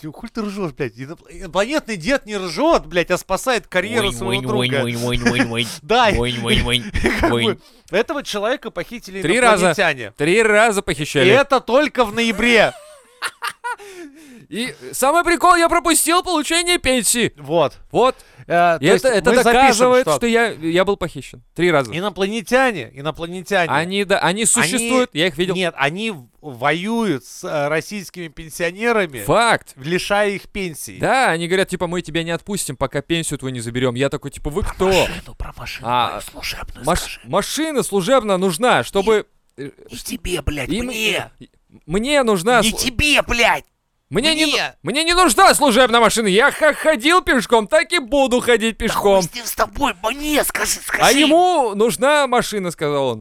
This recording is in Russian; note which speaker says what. Speaker 1: Ты хуй ты ржешь, блядь? Инопл- Инопланетный дед не ржет, блядь, а спасает карьеру своего друга. Да, и- Как бы этого человека похитили
Speaker 2: Три раза.
Speaker 1: инопланетяне.
Speaker 2: Три раза
Speaker 1: И
Speaker 2: похищали.
Speaker 1: это только в ноябре.
Speaker 2: И самый прикол, я пропустил получение пенсии.
Speaker 1: Вот.
Speaker 2: Вот.
Speaker 1: Э, то
Speaker 2: И
Speaker 1: есть
Speaker 2: это, это
Speaker 1: мы запишем,
Speaker 2: доказывает, что, я, я был похищен. Три раза.
Speaker 1: Инопланетяне, инопланетяне.
Speaker 2: Они, да, они существуют, я их видел.
Speaker 1: Нет, они в- воюют с э, российскими пенсионерами,
Speaker 2: Факт.
Speaker 1: лишая их пенсии.
Speaker 2: Да, они говорят, типа, мы тебя не отпустим, пока пенсию твою не заберем. Я такой, типа, вы кто?
Speaker 1: Ну, про машину
Speaker 2: А,
Speaker 1: мою служебную
Speaker 2: Маш-
Speaker 1: скажи.
Speaker 2: машина служебная нужна, чтобы...
Speaker 1: И тебе, блядь,
Speaker 2: И
Speaker 1: мне.
Speaker 2: Мне нужна...
Speaker 1: Не
Speaker 2: слу-
Speaker 1: тебе, блядь.
Speaker 2: Мне, не...
Speaker 1: мне.
Speaker 2: мне не нужна служебная машина. Я как ходил пешком, так и буду ходить
Speaker 1: Да хуй
Speaker 2: пешком.
Speaker 1: с ним с тобой, мне скажи, скажи.
Speaker 2: А ему нужна машина, сказал он.